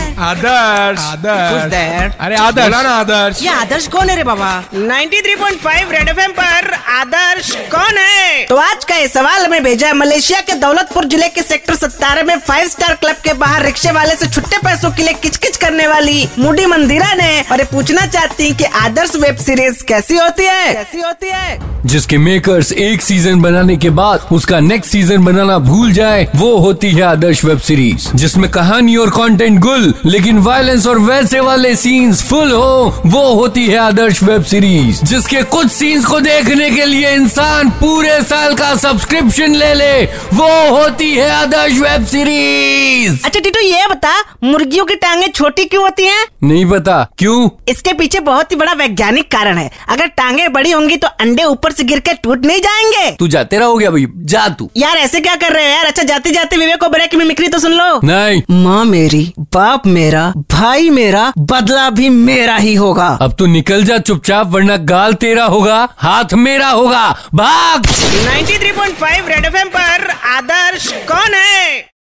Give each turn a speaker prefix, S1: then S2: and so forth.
S1: Adarsh
S2: Who's there?
S1: अरे आदर्श बोला ना आदर्श
S2: ये आदर्श कौन है रे बाबा
S3: 93.5 रेड एफएम पर आदर्श कौन है
S2: तो आज का ये सवाल हमें भेजा है मलेशिया के दौलतपुर जिले के सेक्टर 17 में फाइव स्टार क्लब के बाहर रिक्शे वाले से छुट्टे पैसों के लिए किचकिच करने वाली मुडी मंदिरा ने और ये पूछना चाहती हैं कि आदर्श वेब सीरीज कैसी होती है कैसी होती है
S4: जिसके मेकर्स एक सीजन बनाने के बाद उसका नेक्स्ट सीजन बनाना भूल जाए वो होती है आदर्श वेब सीरीज जिसमें कहानी और कंटेंट गुल लेकिन वायलेंस और वैसे वाले सीन्स फुल हो वो होती है आदर्श वेब सीरीज जिसके कुछ सीन्स को देखने के लिए इंसान पूरे साल का सब्सक्रिप्शन ले ले वो होती है आदर्श वेब सीरीज
S2: अच्छा टीटू ये बता मुर्गियों की टांगे छोटी क्यों होती हैं?
S4: नहीं पता क्यों
S2: इसके पीछे बहुत ही बड़ा वैज्ञानिक कारण है अगर टांगे बड़ी होंगी तो अंडे ऊपर से गिर के टूट नहीं जाएंगे
S4: तू जाते रहो गया भाई जा तू
S2: यार ऐसे क्या कर रहे हो यार अच्छा जाते जाते विवेक ओबेरॉय की मिमिक्री तो सुन लो
S4: नहीं
S2: माँ मेरी बाप मेरा भाई मेरा बदला भी मेरा ही होगा
S4: अब तू निकल जा चुपचाप वरना गाल तेरा होगा हाथ मेरा होगा भाग
S3: 93.5 रेड एफएम पर